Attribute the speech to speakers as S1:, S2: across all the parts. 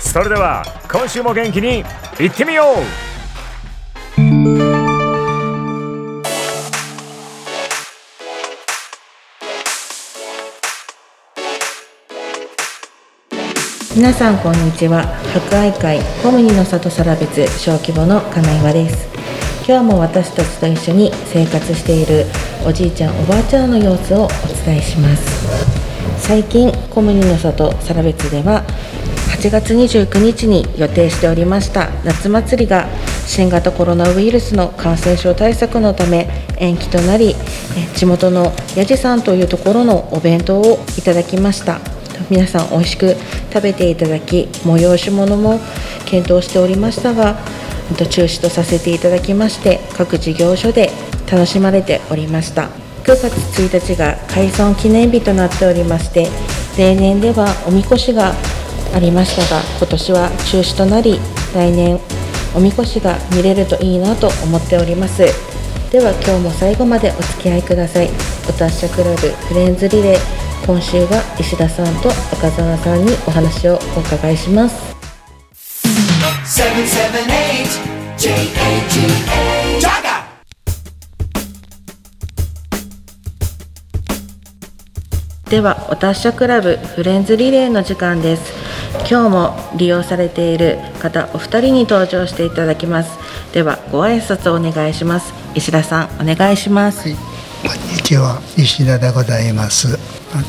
S1: それでは今週も元気にいってみよう
S2: 皆さんこんにちは博愛会ホムニの里皿別小規模の金岩です今日も私たちと一緒に生活しているおじいちゃんおばあちゃんの様子をお伝えします最近コムニの里皿別では8月29日に予定しておりました夏祭りが新型コロナウイルスの感染症対策のため延期となりえ地元のやじさんというところのお弁当をいただきました皆さん美味しく食べていただき催し物も検討しておりましたがえっと中止とさせていただきまして各事業所で楽しまれておりました9月1日が開村記念日となっておりまして例年ではおみこしがありましたが今年は中止となり来年おみこしが見れるといいなと思っておりますでは今日も最後までお付き合いくださいお達者クラブフレンズリレー今週は石田さんと赤澤さんにお話をお伺いします
S3: 778 JAGA. Jaga!
S2: ではお達者クラブフレンズリレーの時間です今日も利用されている方お二人に登場していただきますではご挨拶をお願いします石田さんお願いします、
S4: こんにちは石田でございます。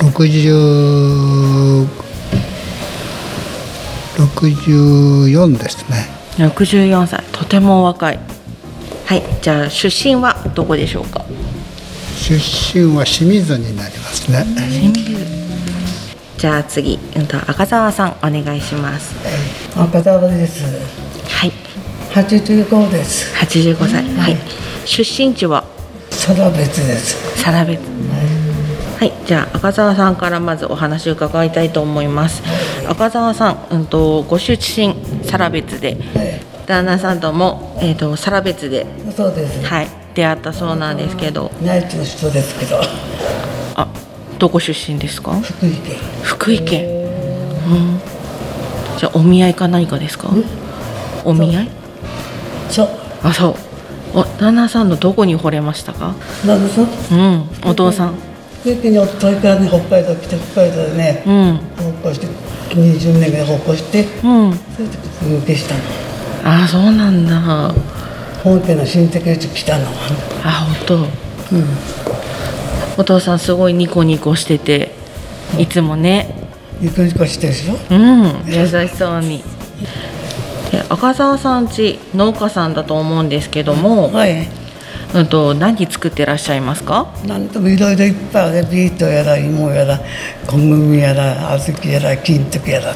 S4: 60 64ですね。
S2: 64歳とてもお若いはいじゃあ出身はどこでしょうか
S4: 出身は清水になりますね。
S2: じゃあ次うんと赤澤さんお願いします
S5: 赤澤です。
S2: はい
S5: 八十五です。
S2: 85歳はい出身地は
S5: それは別です。
S2: サラベツはいじゃあ赤澤さんからまずお話を伺いたいと思います赤澤さん、うん、とご出身サラベツで旦那さんとも、えー、とサラベツで、
S5: そうです。
S2: はい、出会ったそうなんですけど
S5: 内地の人ですけど、
S2: あどこ出身ですか
S5: 福井県。
S2: 福井県、うん、じゃあお見合いか何かですかお見合い
S5: そう。
S2: あそうお旦那さんのどこに惚れましたか
S5: なんでそう。
S2: うんお父さん
S5: 福井県におといからね北海道来て北海道でね、
S2: うん
S5: 報告して二十年ぐらい報告して、
S2: うん
S5: それで入家したの。
S2: ああそうなんだ
S5: 本家の親戚うち来たの。
S2: あ本当、うん、お父さんすごいニコニコしてていつもね
S5: ゆくゆくしてるでしょ。
S2: うん優しそうにで赤澤さんち農家さんだと思うんですけども、
S5: はい。
S2: うん、と何作ってらっしゃいますか
S5: なんともいろいろいっぱいあるビートやら芋やら小麦やら小豆やら金時やら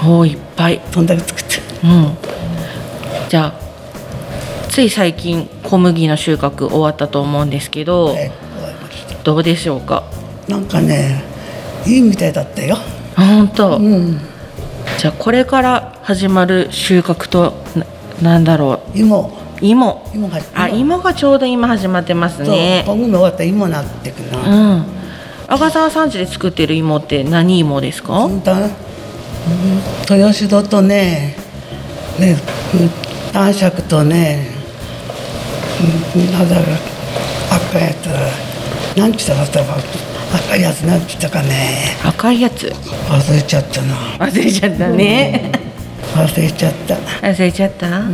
S2: おーいっぱい
S5: そんだけ作ってる
S2: うんじゃあつい最近小麦の収穫終わったと思うんですけど、
S5: はい終わりました
S2: どうでしょうか
S5: なんかねいいみたいだったよ
S2: あ本当、
S5: うん
S2: じゃあこれから始まる収穫とななんだろう
S5: 芋
S2: 芋
S5: 芋が
S2: あ芋がちょうど今始まってます
S5: そう
S2: ね
S5: 今後も終わったら芋になってく
S2: う
S5: な、
S2: ん赤澤さんちで作ってる芋って何芋ですか、
S5: 本当はうん、豊洲堂とねね、うん、男爵とね、うん、なんだろう赤いやつなんちゅったかったか赤いやつなんちゅったかね
S2: 赤いやつ
S5: 忘れちゃったな
S2: 忘れちゃったね、
S5: 忘れちゃった
S2: 忘れちゃった、あ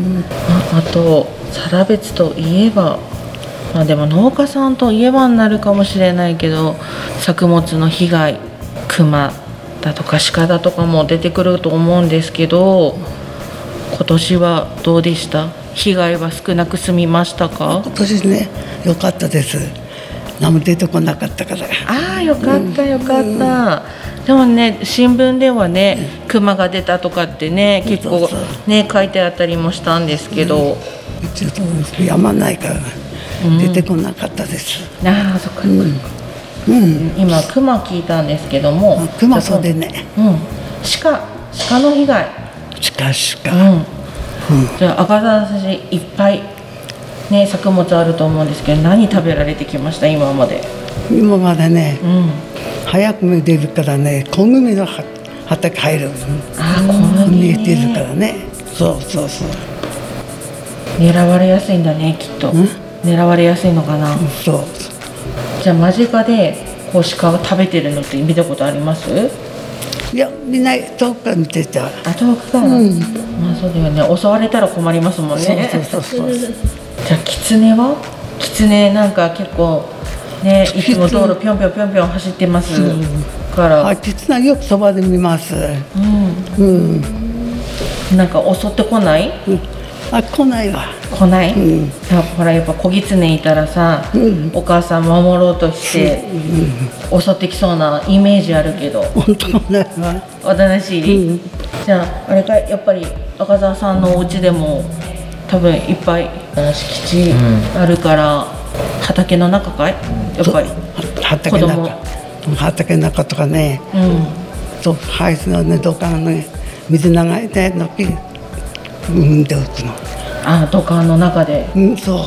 S2: あと更別といえばまあでも農家さんといえばになるかもしれないけど作物の被害熊だとか鹿だとかも出てくると思うんですけど今年はどうでした被害は少なく済みましたか
S5: 今年ね良かったです何も出てこなかったから
S2: ああよかったよかった、でもね新聞ではね熊が出たとかってね結
S5: そ
S2: 構
S5: うそう
S2: ね書いてあったりもしたんですけど、
S5: うちのところやまないから出てこなかったです、
S2: ああそっか、
S5: うん
S2: 今クマ聞いたんですけども
S5: あ熊袖ね
S2: うん鹿鹿の被害
S5: しかし
S2: う
S5: か、
S2: ん、じゃあ赤沢さんいっぱいね作物あると思うんですけど何食べられてきました今まで
S5: 今までね
S2: うん
S5: 早く出るからね小組のは畑入るんです
S2: あ小麦
S5: 見えてるからねそうそうそう
S2: 狙われやすいんだねきっと
S5: ん
S2: 狙われやすいのかな
S5: そう
S2: じゃあ間近でこう鹿を食べてるのって見たことあります
S5: いやみんな遠くから見てた
S2: あ遠くから、まあそうだよね襲われたら困りますもんね
S5: そうそうそうそう
S2: じゃあキツネはキツネなんか結構ねいつも道路ぴょんぴょんぴょんぴょん走ってますから、
S5: あ実はよくそばで見ますうん、
S2: なんか襲ってこない
S5: あ来ないわ
S2: 来ない、あほらやっぱ子ギツネいたらさ、お母さん守ろうとして、襲ってきそうなイメージあるけど
S5: 本当来ないわ
S2: おとなしい、じゃああれかやっぱり赤澤さんのお家でも多分いっぱい敷地あるから、畑の中かいやっぱり
S5: 畑の
S2: 子
S5: 中畑の中とかね
S2: うん
S5: そう排水のね土管のね水流れてのピうんで打つの
S2: あ土管の中で
S5: うんそう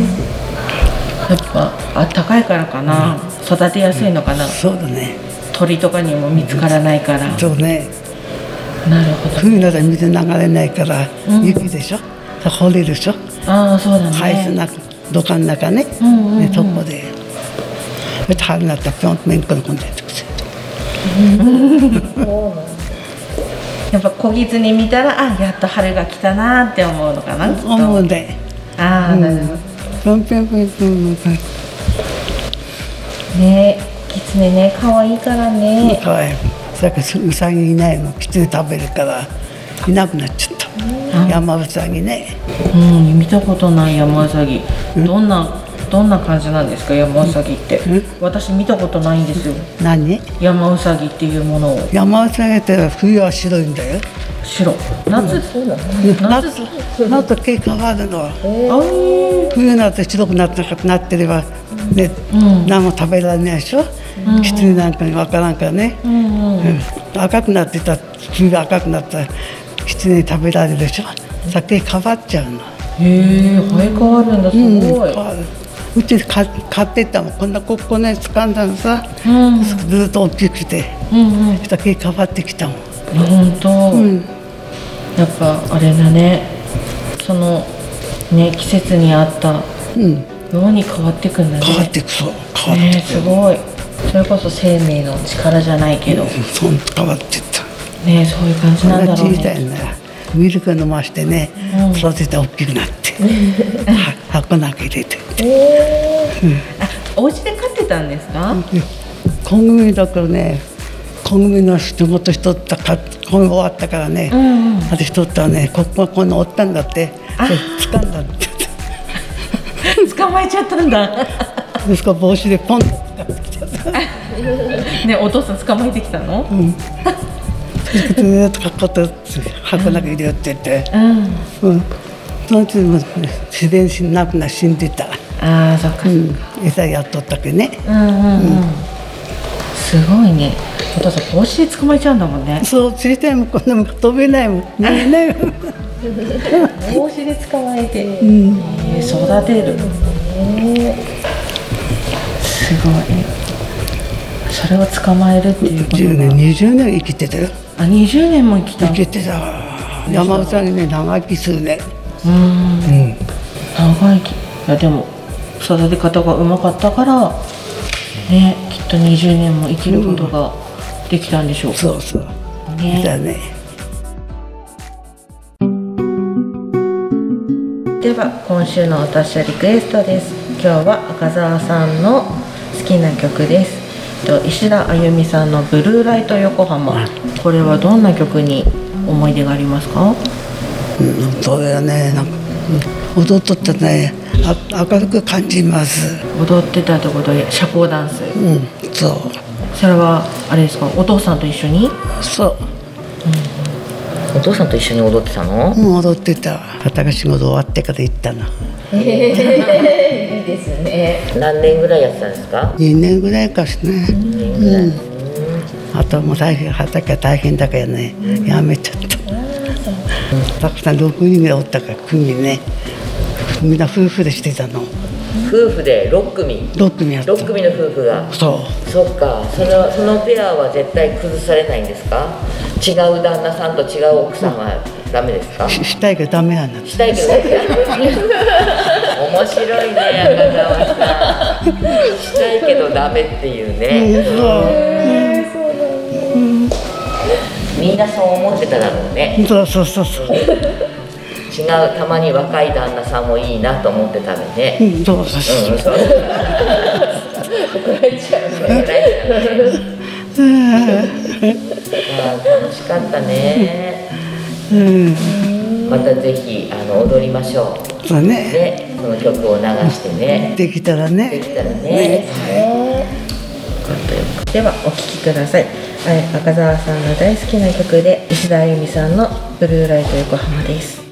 S2: やっぱあったかいからかな、育てやすいのかな、
S5: そうだね
S2: 鳥とかにも見つからないから、
S5: そうね
S2: なるほど
S5: 冬なら水流れないから雪でしょ、掘れるでしょ
S2: ああそうだね
S5: 排水の中土管の中ね,、
S2: んうんうん
S5: ねそこでそれで春になったらピョンと面食い込んでってくる
S2: やっぱ小ぎつに見たらあやっと春が来たなって思うのかなきっと
S5: 思うんで
S2: ああなるほど、
S5: ピョンピョンピョンピョンピョン
S2: ねキツネね可愛いからね、
S5: かわいいそれからウサギいないのきつい食べるからいなくなっちゃった、山ウサギね
S2: うん見たことない山ウサギどんなどんな感じなんですか山ウサギって私見たことないんですよ
S5: 何
S2: 山ウサギっていうものを
S5: 山ウサギって冬は白いんだよ
S2: 白夏そうな夏
S5: 夏なんと毛変わるの
S2: あー
S5: 冬になって白くなってなかなってれば、ね何も食べられないでしょ、キツネなんかに分からんからね、うん赤くなってた冬が赤くなったらキツネに食べられるでしょ酒変わっちゃうの、
S2: へえ生え変わるんだすごい、
S5: 変わるうちで買買ってったもんこんなここね掴んだのさ、
S2: うん
S5: ずっと大きくて
S2: うんうん
S5: 酒変わってきたもん
S2: 本当、
S5: ん
S2: やっぱあれだねそのね季節に合った
S5: うん
S2: ように変わっていくんだね
S5: 変わってくそう変わっ
S2: ね
S5: て
S2: え
S5: く
S2: すごいそれこそ生命の力じゃないけどね
S5: そう変わってった
S2: えそういう感じ
S5: こ
S2: なんん
S5: な
S2: だろう
S5: 小さ
S2: ね
S5: いんだミルク飲ましてね、育てて大きくなっては箱なんか入れて
S2: お家で飼ってたんですか、
S5: 小組だからね小組の仕事しとったか小組終わったからね、あれしとったらねここがこんな折ったんだってそれ掴んだって
S2: 捕まえちゃったんだ
S5: 息子帽子でポンと
S2: ねえお父さん捕まえてきたの、うん
S5: ずーっとかっこって箱の中入れようって言って、うん、そのうちにもうね自然死なくな死んでた、
S2: ああそっか、
S5: うん、餌やっとったけね
S2: うんうんうんすごいねお父さん帽子で捕まえちゃうんだもんね
S5: そう小さいもんこんなもん飛べない もんねね
S2: 帽子で捕まえて、えー育てる、すごいそれを捕まえるっていうこと
S5: 10年20年生きてたよ
S2: あ20年も生きた
S5: 生きてた山うさぎね長生きするね
S2: 長生きいやでも育て方がうまかったからねきっと20年も生きることができたんでしょう、
S5: そうそう
S2: ね。
S5: だね
S2: では今週のお達者リクエストです。今日は赤澤さんの好きな曲です。と石田あゆみさんのブルーライト横浜。これはどんな曲に思い出がありますか？
S5: うんそうだよねなんかうん踊っとってねあ明るく感じます
S2: 踊ってたってことで社交ダンス。
S5: うんそ
S2: それはあれですか？お父さんと一緒に？
S5: うそ
S3: お父さんと一緒に踊ってたの
S5: う、うん、踊ってた畑が仕事終わってから行ったの
S3: 何年ぐらいやってたんですか
S5: 2年ぐらいかしねうんあともう大変畑は大変だからねやめちゃったたくさん6人ぐらいおったから組ねみんな夫婦でしてたの
S3: 夫婦で6組
S5: 6組やった
S3: 6組の夫婦が
S5: そ
S3: そっかそのそのペアは絶対崩されないんですか違う旦那さんと違う奥さんはダメですか
S5: うししたいけどダメなんだ
S3: したいけど面白いね赤澤さんしたいけどダメっていうねみんなそう思ってただろうね
S5: そうそうそうそう
S3: 違うたまに若い旦那さんもいいなと思ってたのにね
S5: うんそうそうそう
S3: うんそう怒られちゃうね怒られちゃうねあー楽しかったね。またぜひあの踊りましょ
S5: そう
S3: う。
S5: ね
S3: ね、その曲を流してね。
S5: できたら
S3: で
S5: ね
S3: きたらね。
S2: ではお聴きくださいはい赤澤さんが大好きな曲で石田あゆみさんの「ブルーライト横浜」です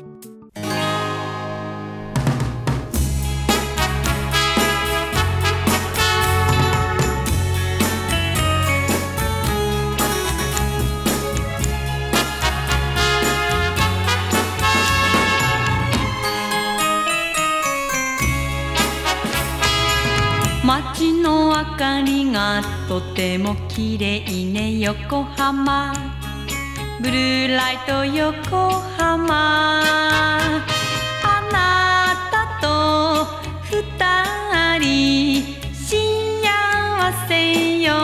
S6: 街の明かりがとても綺麗ね横浜ブルーライト横浜あなたと二人幸せよ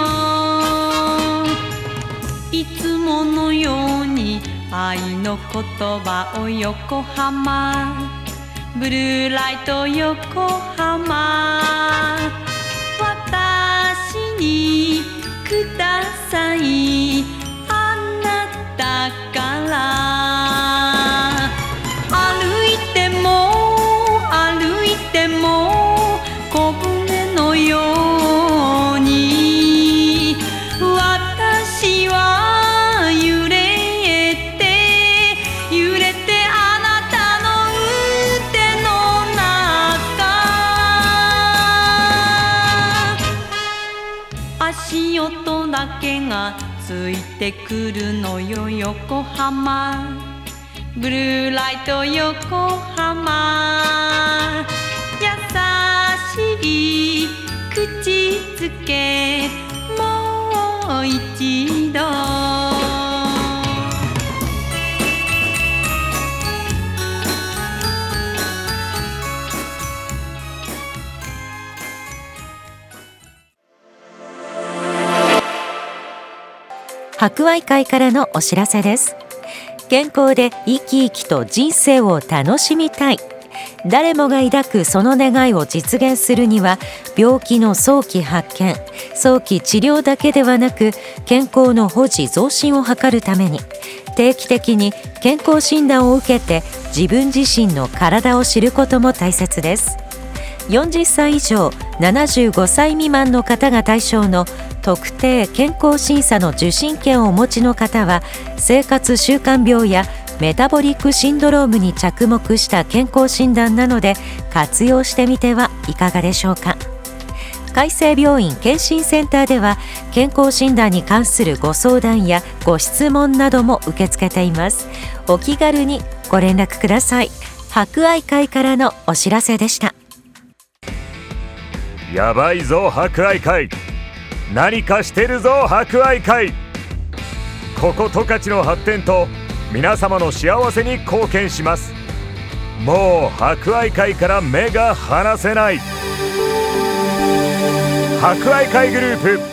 S6: いつものように愛の言葉を横浜ブルーライト横浜私にくださいあなたから歩いても歩いても小舟のように私は揺れて揺れてあなたの腕の中足音だけがついてくるのよ横浜ブルーライト横浜優しい口づけもう一度
S7: 博愛会からのお知らせです健康で生き生きと人生を楽しみたい誰もが抱くその願いを実現するには病気の早期発見早期治療だけではなく健康の保持増進を図るために定期的に健康診断を受けて自分自身の体を知ることも大切です40歳以上75歳未満の方が対象の特定健康審査の受診券をお持ちの方は生活習慣病やメタボリックシンドロームに着目した健康診断なので活用してみてはいかがでしょうか海生病院健診センターでは健康診断に関するご相談やご質問なども受け付けていますお気軽にご連絡ください博愛会からのお知らせでした
S1: やばいぞ博愛会何かしてるぞ博愛会ここ十勝の発展と皆様の幸せに貢献しますもう博愛会から目が離せない博愛会グループ